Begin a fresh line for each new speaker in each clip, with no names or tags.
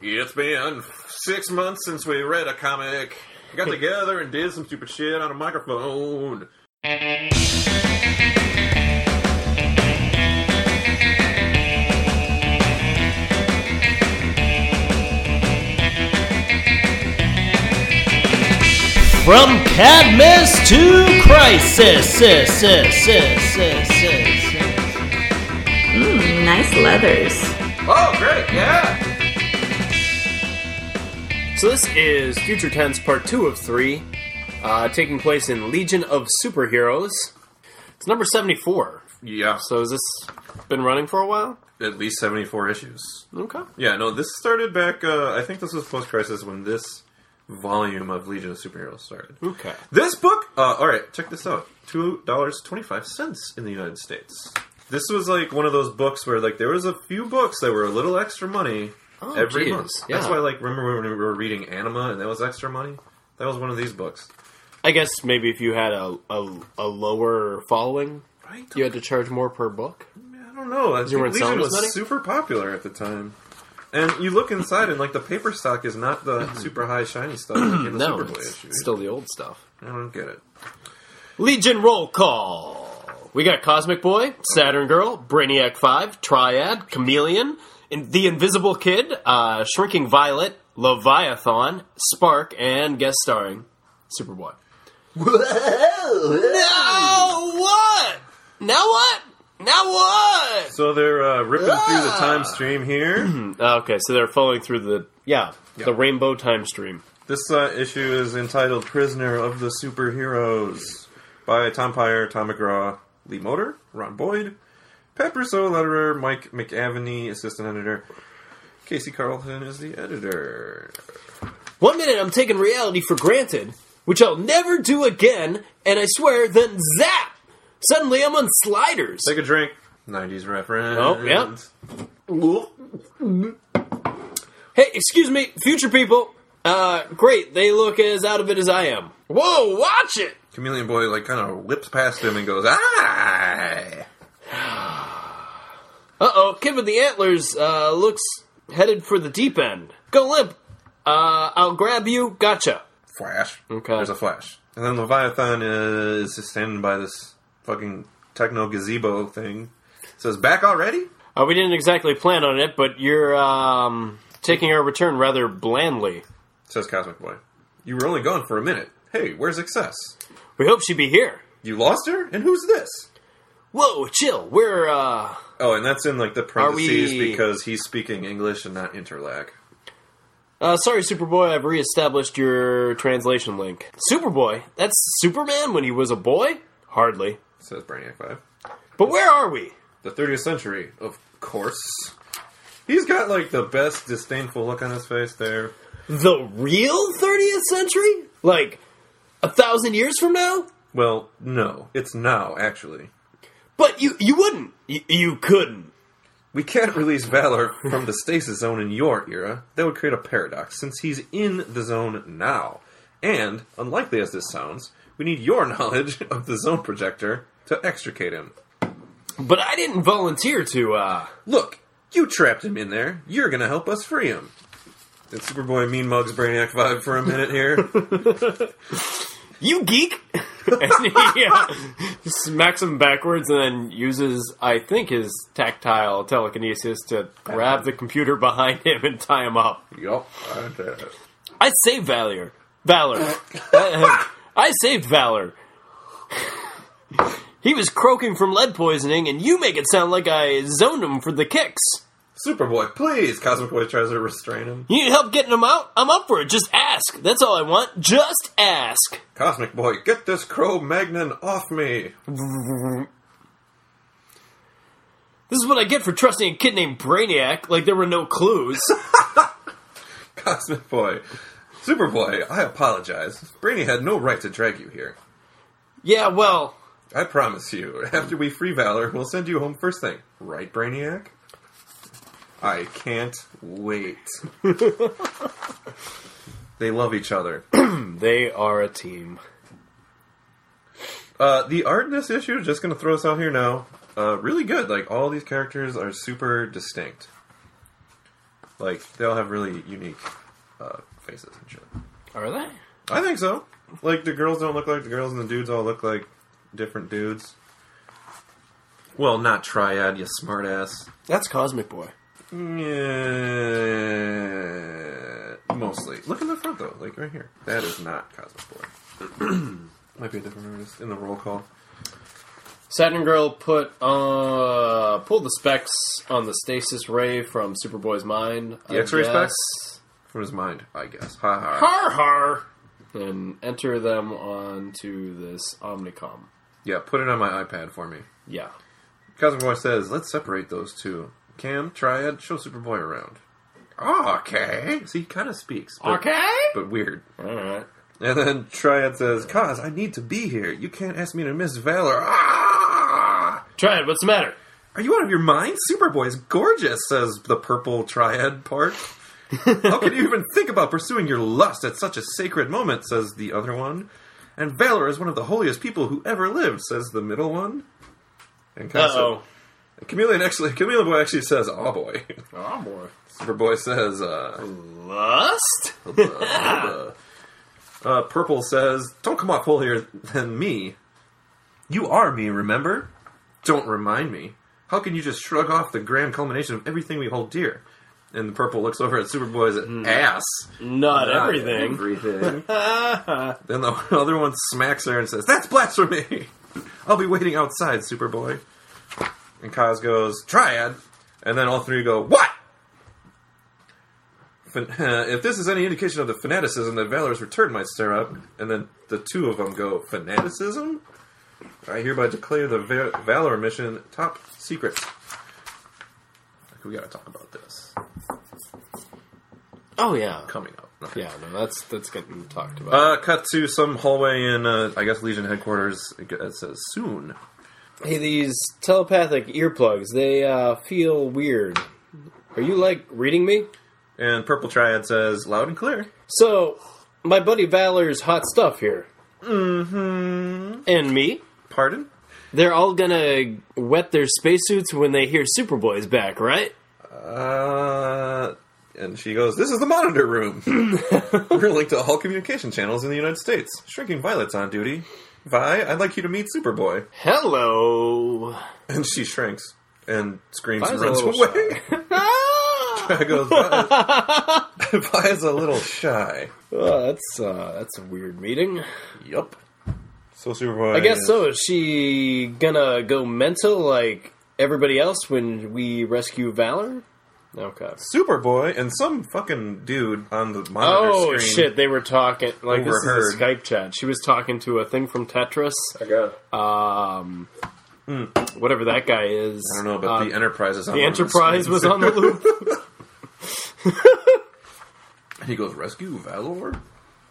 It's been six months since we read a comic. We got together and did some stupid shit on a microphone.
From Cadmus to Crisis. sis, sis, sis, sis, sis, sis.
Mm, nice leathers.
Oh, great, yeah!
So this is Future Tense Part 2 of 3, uh, taking place in Legion of Superheroes. It's number 74.
Yeah,
So has this been running for a while?
at least 74 issues.
Okay.
Yeah, no, this started back, uh, I think this was post crisis when this volume of Legion of Superheroes started.
Okay.
This book, uh, all right, check this out: two dollars twenty-five cents in the United States. This was like one of those books where like there was a few books that were a little extra money
Oh,
every
geez,
month. That's
yeah.
why like remember when we were reading Anima and that was extra money. That was one of these books.
I guess maybe if you had a, a, a lower following,
I don't,
you had to charge more per book.
I don't know. I think
weren't
Legion
selling
was
as many?
super popular at the time. And you look inside, and like the paper stock is not the super high shiny stuff in the
Mm-hmm. No,
Superboy
it's
issue.
still the old stuff.
I don't get it.
Legion roll call. We got Cosmic Boy, Saturn Girl, Brainiac Five, Triad, Chameleon, in- the Invisible Kid, uh, Shrinking Violet, Leviathan, Spark, and guest starring Superboy. Now what? Now what? Now what?
So they're uh, ripping through
Ah!
the time stream here.
Okay, so they're following through the yeah, the rainbow time stream.
This uh, issue is entitled "Prisoner of the Superheroes" by Tom Pyre, Tom McGraw, Lee Motor, Ron Boyd, Pat Brousseau, letterer, Mike McAvaney, assistant editor. Casey Carlton is the editor.
One minute I'm taking reality for granted, which I'll never do again, and I swear, then zap! Suddenly I'm on sliders.
Take a drink. '90s reference.
Oh, yeah. Hey, excuse me, future people. Uh, great, they look as out of it as I am. Whoa, watch it!
Chameleon Boy like kind of whips past him and goes, "Ah!"
Uh oh, Kid with the Antlers, uh, looks headed for the deep end. Go limp! Uh, I'll grab you, gotcha.
Flash.
Okay.
There's a flash. And then Leviathan is just standing by this fucking techno gazebo thing. Says, "Back already."
Uh, we didn't exactly plan on it, but you're, um, taking our return rather blandly.
says Cosmic Boy. You were only gone for a minute. Hey, where's Excess?
We hope she'd be here.
You lost her? And who's this?
Whoa, chill, we're, uh,
Oh, and that's in like the parentheses
we-
because he's speaking English and not Interlac.
Uh, sorry, Superboy, I've reestablished your translation link. Superboy? That's Superman when he was a boy? Hardly.
Says Brainiac 5.
But where are we?
The 30th century, of course. He's got like the best disdainful look on his face there.
The real 30th century? Like, a thousand years from now?
Well, no, it's now, actually.
But you, you wouldn't. Y- you couldn't.
We can't release Valor from the stasis zone in your era. That would create a paradox, since he's in the zone now. And, unlikely as this sounds, we need your knowledge of the zone projector to extricate him.
But I didn't volunteer to, uh...
Look, you trapped him in there. You're gonna help us free him. Did Superboy mean mugs Brainiac 5 for a minute here?
You geek! and he uh, smacks him backwards and then uses, I think, his tactile telekinesis to grab the computer behind him and tie him up.
yup. I did.
I saved Valor. Valor. I saved Valor. He was croaking from lead poisoning, and you make it sound like I zoned him for the kicks.
Superboy, please! Cosmic Boy tries to restrain him.
You need help getting him out? I'm up for it. Just ask. That's all I want. Just ask.
Cosmic Boy, get this Crow Magnon off me!
This is what I get for trusting a kid named Brainiac, like there were no clues.
Cosmic Boy. Superboy, I apologize. Brainy had no right to drag you here.
yeah, well,
I promise you, after we free Valor, we'll send you home first thing. Right, Brainiac? I can't wait. they love each other.
they are a team.
Uh, the art in this issue, just gonna throw us out here now, uh, really good. Like, all these characters are super distinct. Like they all have really unique uh, faces and shit.
Are they?
I think so. Like the girls don't look like the girls, and the dudes all look like different dudes. Well, not triad, you smartass.
That's Cosmic Boy.
Yeah, mostly. Look in the front though, like right here. That is not Cosmic Boy. Might be a different artist in the roll call.
Saturn Girl put uh pulled the specs on the stasis ray from Superboy's mind.
The
I
X-ray
guess.
specs? From his mind, I guess. Ha ha.
Har har. And enter them onto this Omnicom.
Yeah, put it on my iPad for me.
Yeah.
Cosmic Boy says, let's separate those two. Cam, Triad, show Superboy around. Okay. See, he kind of speaks. But, But weird.
All right.
And then Triad says, Cos, I need to be here. You can't ask me to miss Valor. Ah!
Try it. What's the matter?
Are you out of your mind? Superboy is gorgeous, says the purple Triad part. How can you even think about pursuing your lust at such a sacred moment, says the other one. And Valor is one of the holiest people who ever lived, says the middle one. And
Uh
Cos said,
oh.
Chameleon actually, Chameleon Boy actually says, "Aw boy."
Oh boy.
Superboy says, uh,
Lust.
uh, uh, "Purple says, don't come off full here than me. You are me, remember? Don't remind me. How can you just shrug off the grand culmination of everything we hold dear?" And Purple looks over at Superboy's ass.
Not
Not
everything.
Everything. then the other one smacks her and says, "That's blasphemy." I'll be waiting outside, Superboy. And Kaz goes, Triad. And then all three go, What? Fan- if this is any indication of the fanaticism that Valor's return might stir up, and then the two of them go, Fanaticism? I hereby declare the Va- Valor mission top secret. We gotta talk about this
Oh yeah.
coming up.
Yeah. No, that's that's getting talked about.
Uh, cut to some hallway in, uh, I guess, Legion headquarters. It g- it says, Soon.
Hey, these telepathic earplugs, they uh, feel weird. Are you like reading me?
And Purple Triad says, Loud and clear.
So, my buddy Valor's hot stuff here. Mm-hmm. And me?
Hmm, Pardon?
They're all gonna wet their spacesuits when they hear Superboy's back, right?
Uh, and she goes, This is the monitor room. We're linked to all communication channels in the United States. Shrinking Violet's on duty. Vi, I'd like you to meet Superboy.
Hello.
And she shrinks and screams
Vi's
and
a
runs
little
away.
Oh,
I goes, Vi, Vi's a little shy.
Oh, that's uh, that's a weird meeting.
Yup. So Superboy.
I guess so. Is she gonna go mental like everybody else when we rescue Valor? Okay.
Superboy and some fucking dude on the monitor
Oh
screen.
shit! They were talking like this is a
Overheard.
Skype chat. She was talking to a thing from Tetris, um, whatever that guy is.
Hmm.
Uh,
I don't know, but the Enterprise is on
the
one of
Enterprise
screens.
was on the loop.
And he goes, "Rescue Valor."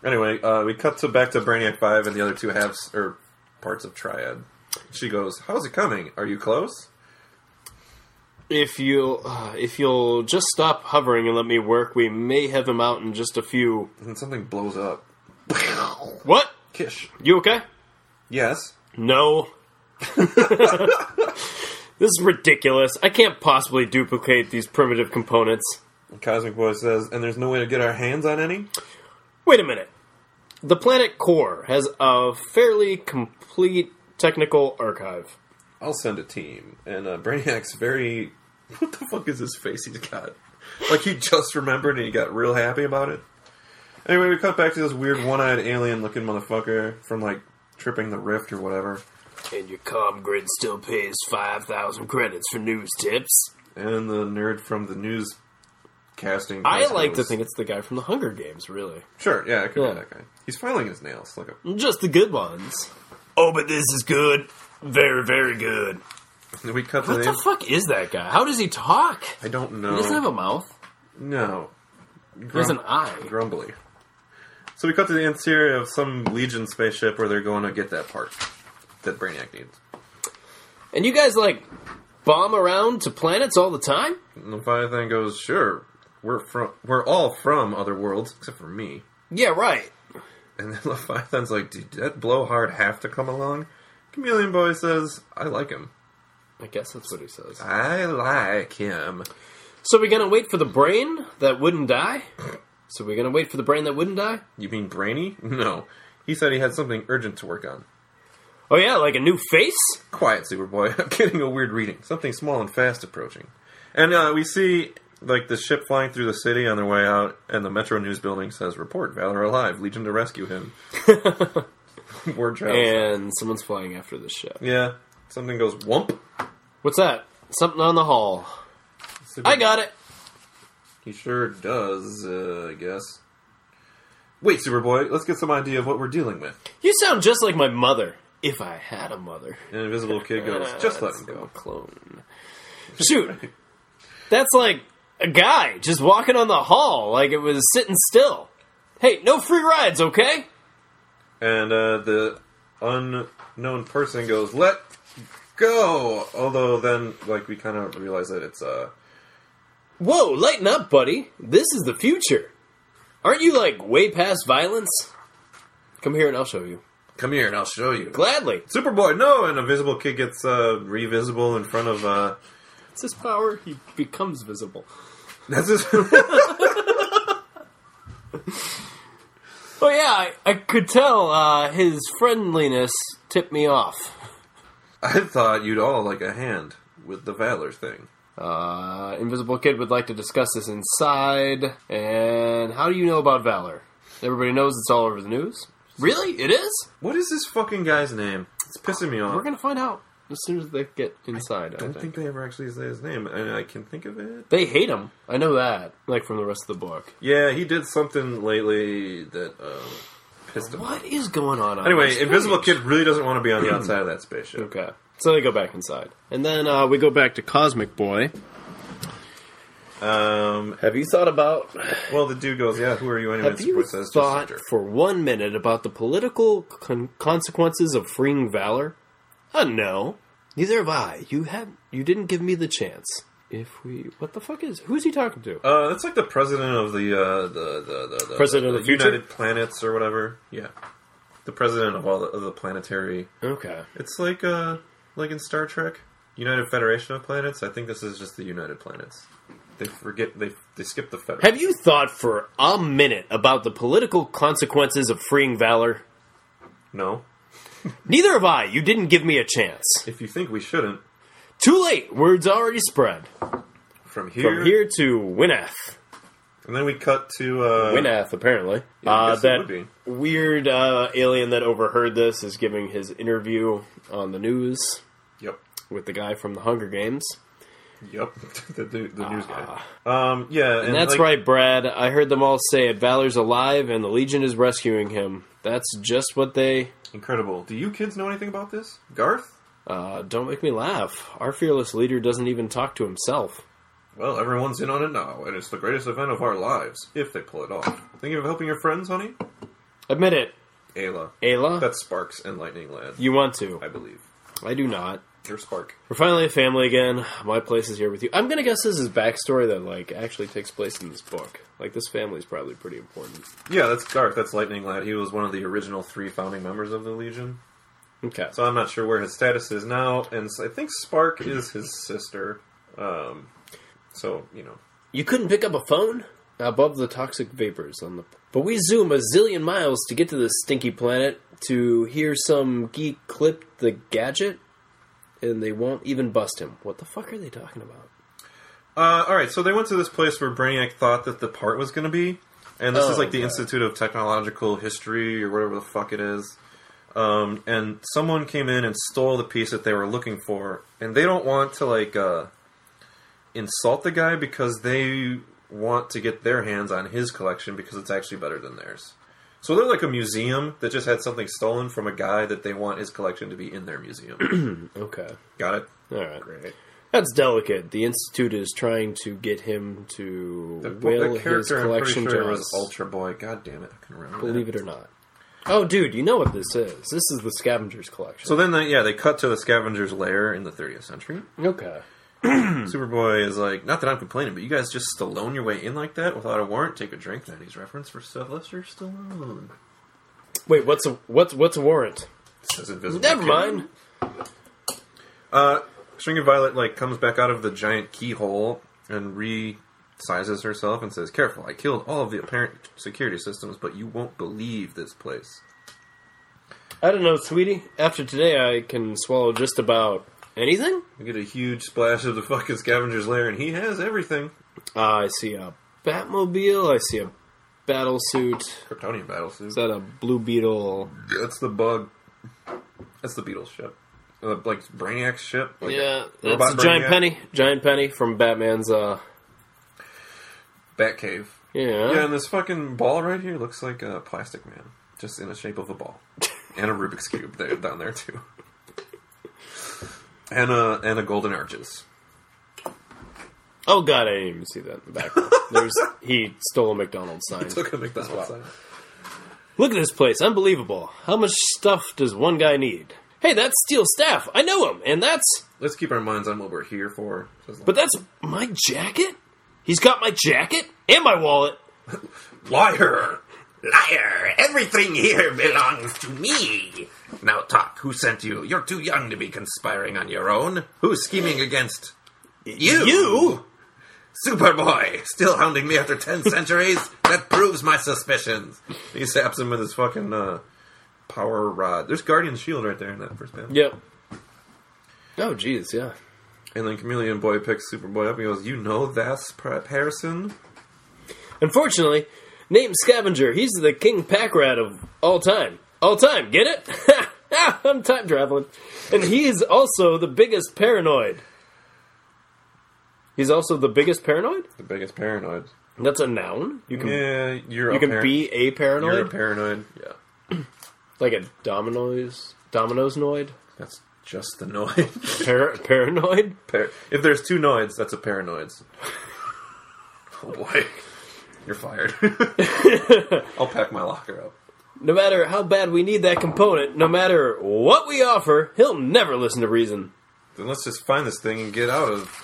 Anyway, uh, we cut to back to Brainiac Five and the other two halves or parts of Triad. She goes, "How's it coming? Are you close?"
if you'll uh, if you'll just stop hovering and let me work, we may have him out in just a few.
And then something blows up.
What?
Kish.
You okay?
Yes.
No. this is ridiculous. I can't possibly duplicate these primitive components.
Cosmic Boy says, "And there's no way to get our hands on any."
Wait a minute. The planet core has a fairly complete technical archive.
I'll send a team. And uh, Brainiac's very. What the fuck is his face he's got? Like he just remembered and he got real happy about it. Anyway, we cut back to this weird one-eyed alien-looking motherfucker from like tripping the rift or whatever.
And your com grid still pays 5,000 credits for news tips.
and the nerd from the news casting.
I
desk
like to
goes,
think it's the guy from the Hunger Games, really.
Sure, yeah, it could
Yeah.
be that guy. He's filing his nails. Look up.
Just the good ones. Oh, but this is good. Very, very good.
Did we cut the
What the
name?
fuck is that guy? How does he talk?
I don't know.
He doesn't have a mouth.
no.
He has an eye.
Grumbly. So we cut to the interior of some Legion spaceship where they're going to get that part that Brainiac needs.
And you guys, like, bomb around to planets all the time?
And Leviathan goes, "Sure, we're from, we're all from other worlds except for me."
Yeah, right.
And then Leviathan's like, "Did that blowhard have to come along?" Chameleon Boy says, "I like him.
I guess that's what he says.
I like him."
So we're gonna wait for the brain that wouldn't die. So we're gonna wait for the brain that wouldn't die.
You mean brainy? No. He said he had something urgent to work on.
Oh yeah, like a new face.
Quiet, Superboy. I'm getting a weird reading. Something small and fast approaching. And uh, we see like the ship flying through the city on their way out, and the Metro News building says, "Report Valor alive. Legion to rescue him." Word travels.
And someone's flying after the ship.
yeah. Something goes whump.
What's that? Something on the hull.
Super-
I got it.
He sure does. Uh, I guess. Wait, Superboy. Let's get some idea of what we're dealing with.
You sound just like my mother. If I had a mother.
An invisible kid goes,
Uh,
"Just let
that's
him go."
a Clone. Shoot, that's like a guy just walking on the hall like it was sitting still. Hey, no free rides, okay?
and uh, the unknown person goes, "Let go." Although then, like, we kind of realize that it's uh,
Whoa, lighten up, buddy. This is the future. Aren't you like way past violence? Come here and I'll show you.
"Come here, and I'll show you."
Gladly.
Superboy, no! And a visible kid gets uh, revisible in front of. Uh,
It's his power. He becomes visible.
that's his.
Oh yeah, I, I could tell uh, his friendliness tipped me off.
I thought you'd all like a hand with the valor thing.
Uh, Invisible Kid would like to discuss this inside. And how do you know about Valor? Everybody knows it's all over the news. Really? It is?
What is this fucking guy's name? It's pissing me off.
We're gonna find out as soon as they get inside. I,
I don't
think.
think they ever actually say his name, and I can think of it.
they hate him. I know that, like from the rest of the book.
Yeah, he did something lately that uh, pissed him. off.
What is going on? on
Anyway,
this
Invisible
page?
Kid really doesn't want to be on the outside of that spaceship.
Okay, so they go back inside, and then uh, we go back to Cosmic Boy.
Um,
Have you thought about?
well, the dude goes, "Yeah, who are you anyway?"
Have
Superboy
you
says, "Just
thought
Hunter."
for one minute about the political con- consequences of freeing Valor? Uh, no. Neither have I. You have you didn't give me the chance. If we, what the fuck is? Who's he talking to?
Uh, that's like the president of the uh, the, the, the the
President of the future?
United Planets or whatever. Yeah, the president of all the, of the planetary.
okay.
It's like uh, like in Star Trek, United Federation of Planets. I think this is just the United Planets. They forget they they skip the federal.
Have you thought for a minute about the political consequences of freeing Valor?
no,
Neither have I. You didn't give me a chance.
if you think we shouldn't,
Too late. Word's already spread.
from here,
From here to Wineth.
and then we cut to uh,
Wineth, apparently.
Yeah, I
uh,
guess it
that
would be.
weird uh, alien that overheard this is giving his interview on the news
Yep.
with the guy from the Hunger Games.
Yep, the, the, the news guy. Um, yeah, and,
Ah. And that's
like,
right, Brad. I heard them all say it. Valor's alive and the Legion is rescuing him. That's just what they.
Incredible. Do you kids know anything about this, Garth?
Uh, don't make me laugh. Our fearless leader doesn't even talk to himself.
Well, everyone's in on it now, and it's the greatest event of our lives, if they pull it off. Thinking of helping your friends, honey?
Admit it,
Ayla.
Ayla.
That's Sparks and Lightning Lad,
you want to.
I believe.
I do not.
Or Spark.
We're finally a family again. My place is here with you. I'm gonna guess this is backstory that like actually takes place in this book. Like this family's probably pretty important.
Yeah, that's Garth. That's Lightning Lad. He was one of the original three founding members of the Legion.
Okay.
So I'm not sure where his status is now, and s I I think Spark is his sister. Um, so, you know.
You couldn't pick up a phone above the toxic vapors on the. But we zoom a zillion miles to get to this stinky planet to hear some geek clip the gadget, and they won't even bust him. What the fuck are they talking about?
Uh, all right, so they went to this place where Brainiac thought that the part was going to be, and this is
Oh,
like the
okay.
Institute of Technological History or whatever the fuck it is. Um, and someone came in and stole the piece that they were looking for, and they don't want to like uh, insult the guy because they want to get their hands on his collection because it's actually better than theirs. So they're like a museum that just had something stolen from a guy that they want his collection to be in their museum.
Okay.
Got it?
All right.
Great.
That's delicate. The institute is trying to get him to
The,
will
the
his
character I'm pretty
collection
sure
to
was
us.
Ultra Boy. God damn it, I can remember. that.
Believe it or not. Oh, dude, you know what this is? This is the Scavengers collection.
So then, they, yeah, they cut to the scavenger's lair in the 30th century.
okay. Hmm.
Superboy is like, not that I'm complaining, but you guys just Stallone your way in like that without a warrant. Take a drink. 90s reference for Sylvester Stallone.
Wait, what's a what's what's a warrant?
Says invisible.
Never
Kid.
mind.
Uh, String of Violet like comes back out of the giant keyhole and resizes herself and says, Careful, I killed all of the apparent security systems, but you won't believe this place.
I don't know, sweetie. After today, I can swallow just about anything.
We get a huge splash of the fucking scavenger's lair, and he has everything.
Uh, I see a Batmobile. I see a battle suit.
Kryptonian battlesuit.
Is that a Blue Beetle?
That's the bug. That's the Beatles ship. Uh, like Brainiac's ship. Like
Yeah, that's
robot
a giant
Brainiac.
penny. Giant penny from Batman's. Uh,
Batcave.
yeah.
Yeah, and this fucking ball right here looks like a plastic man, just in the shape of a ball, and a Rubik's cube there down there too, and a and a golden arches.
Oh god, I didn't even see that in the background. There's he stole a McDonald's sign.
Look at McDonald's. sign.
Look at this place, unbelievable. How much stuff does one guy need? Hey, that's Steel Staff. I know him, and that's
Let's keep our minds on what we're here for. Says
but that's my jacket. He's got my jacket and my wallet.
liar, liar! Everything here belongs to me. Now talk. Who sent you? You're too young to be conspiring on your own. Who's scheming against you?
You?
Superboy, still hounding me after ten centuries? That proves my suspicions. He saps him with his fucking uh, power rod. There's Guardian Shield right there in that first panel.
Yep. Oh jeez, yeah.
And then Chameleon Boy picks Superboy up and goes, You know that's per- Pearson?
Unfortunately, named Scavenger, he's the king pack rat of all time. All time, get it? I'm time traveling. And he is also the biggest paranoid. He's also the biggest paranoid?
The biggest paranoid.
That's a noun. You can
Yeah, you're
you
a
can
par-
be a paranoid.
You're a paranoid. Yeah.
like a dominoes dominoes noid.
That's just the noid.
Par- paranoid?
Par- if there's two noids, that's a paranoids. oh boy. You're fired. I'll pack my locker up.
No matter how bad we need that component, no matter what we offer, he'll never listen to reason.
Then let's just find this thing and get out of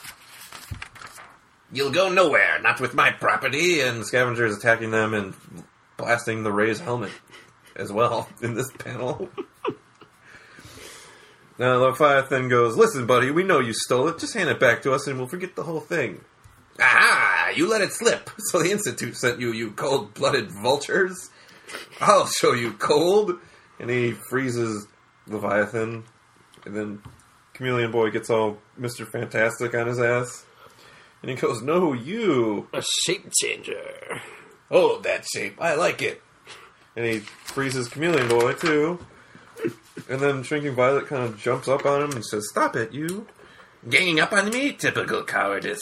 You'll go nowhere, not with my property and
The scavenger is attacking them and blasting the Ray's helmet as well in this panel. now Leviathan goes, "Listen, buddy, we know you stole it. Just hand it back to us, and we'll forget the whole thing."
Aha! You let it slip.
So the Institute sent you, you cold-blooded vultures. I'll show you cold. And he freezes Leviathan, and then Chameleon Boy gets all Mister Fantastic on his ass, and he goes, "No, you."
A shape changer.
Oh, that shape. I like it.
and he freezes Chameleon Boy too. And then Shrinking Violet kind of jumps up on him and says, "Stop it, you!"
Ganging up on me? Typical cowardice.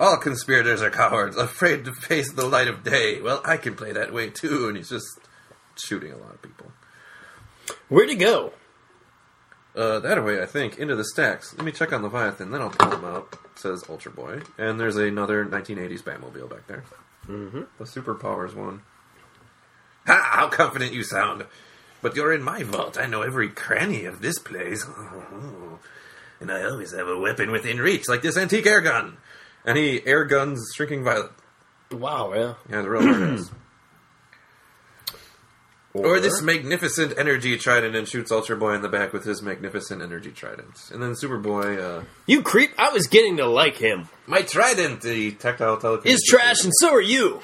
All conspirators are cowards, afraid to face the light of day. Well, I can play that way too, and he's just
Shooting a lot of people.
Where'd he go?
Uh, that way, I think, into the stacks. Let me check on Leviathan, then I'll pull him out. Says Ultra Boy. And there's another 1980s Batmobile back there. Mm-hmm. The superpowers one.
Ha! How confident you sound. But you're in my vault. I know every cranny of this place. And I always have a weapon within reach, like this antique air gun.
And he air guns Shrinking Violet.
Wow, yeah.
Yeah, the real airguns.
Or this
magnificent energy trident and shoots Ultra Boy in the back with his magnificent energy trident. And then Superboy, uh,
You creep, I was getting to like him.
My trident, the tactile telekinesis.
Is trash and so are you.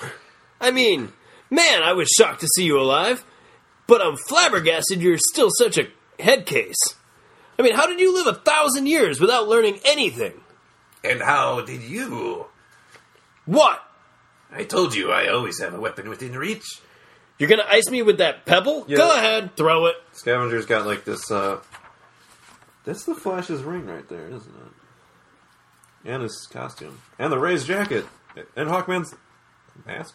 I mean, man, I was shocked to see you alive, but I'm flabbergasted you're still such a head case. I mean, how did you live a thousand years without learning anything?
And how did you?
What?
I told you I always have a weapon within reach.
You're gonna ice me with that pebble? Go ahead, throw it.
Scavenger's got like this. uh... That's the Flash's ring right there, isn't it? And his costume, and the Ray's jacket, and Hawkman's mask.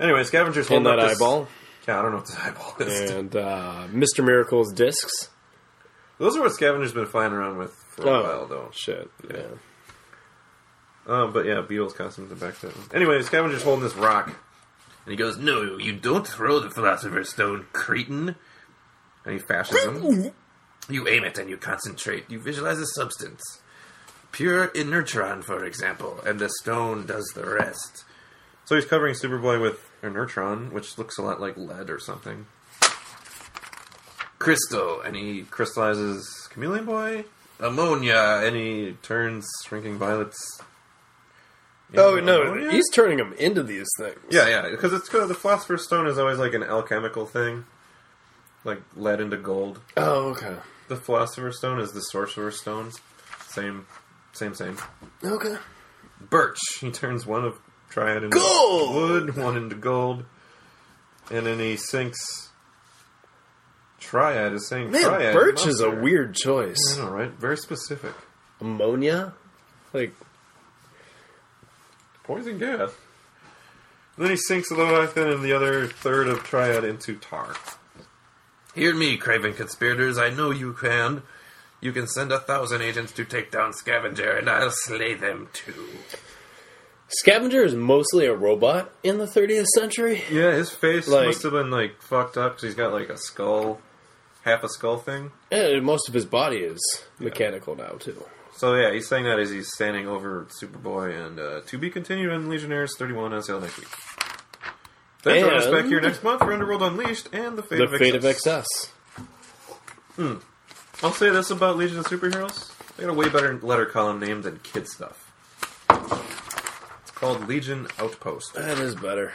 Anyway, Scavenger's holding up this- Yeah, I don't know what this eyeball is.
and uh, Mr. Miracle's discs.
Those are what Scavenger's been flying around with for a while, though.
Oh, shit! Yeah.
Um, but yeah, Beatles costumes in the back. That one. Anyway, Scavenger's holding this rock,
And he goes, No, you don't throw the Philosopher's Stone, cretin.
and he fashes him.
You aim it and you concentrate. You visualize a substance. Pure inertron, for example, and the stone does the rest.
So he's covering Superboy with inertron, which looks a lot like lead or something.
Crystal, and he.
crystallizes Chameleon Boy,
Ammonia,
and he turns Shrinking Violet's
Oh no,
Ammonia?
he's turning them into these things.
Yeah, yeah, because it's good. The philosopher's stone is always like an alchemical thing, like lead into gold.
Oh okay.
The philosopher's stone is the sorcerer's stone. Same, same, same.
Okay.
Birch. He turns one of triad into
Gold!
wood, one into gold, and then he sinks. Triad is saying
Man,
triad.
birch is a
mustard.
weird choice.
I know, right? Very specific.
Ammonia, like
Poison gas. And then he sinks Leviathan and the other third of Triad into tar.
Hear me, craven conspirators. I know you can. You can send a thousand agents to take down Scavenger, and I'll slay them too.
Scavenger is mostly a robot in the 30th century.
Yeah, his face
Like-
must have been like fucked up because he's got like a skull, half a skull thing.
And most of his body is mechanical now too.
So yeah, he's saying that as he's standing over Superboy and uh, to be continued on Legionnaires 31 on sale next week. Then join us back here
And-
next month for Underworld Unleashed and the Fate,
The
of,
fate
Excess.
of excess.
I'll say this about Legion of Superheroes: they got a way better letter column name than kid stuff. It's called Legion Outpost.
That is better.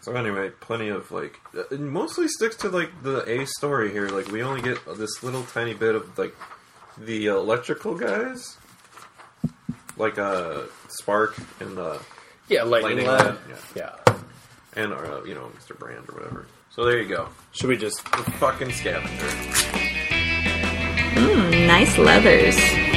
So anyway, plenty of like it mostly sticks to like the A story here. Like we only get this little tiny bit of like the electrical guys, like uh Spark and uh
Yeah,
Lightning
lightning, lad.
Lad,
Yeah.
and uh, you know Mr. Brand or whatever. So there you go,
Should we just
the fucking scavenger.
Mmm, nice leathers.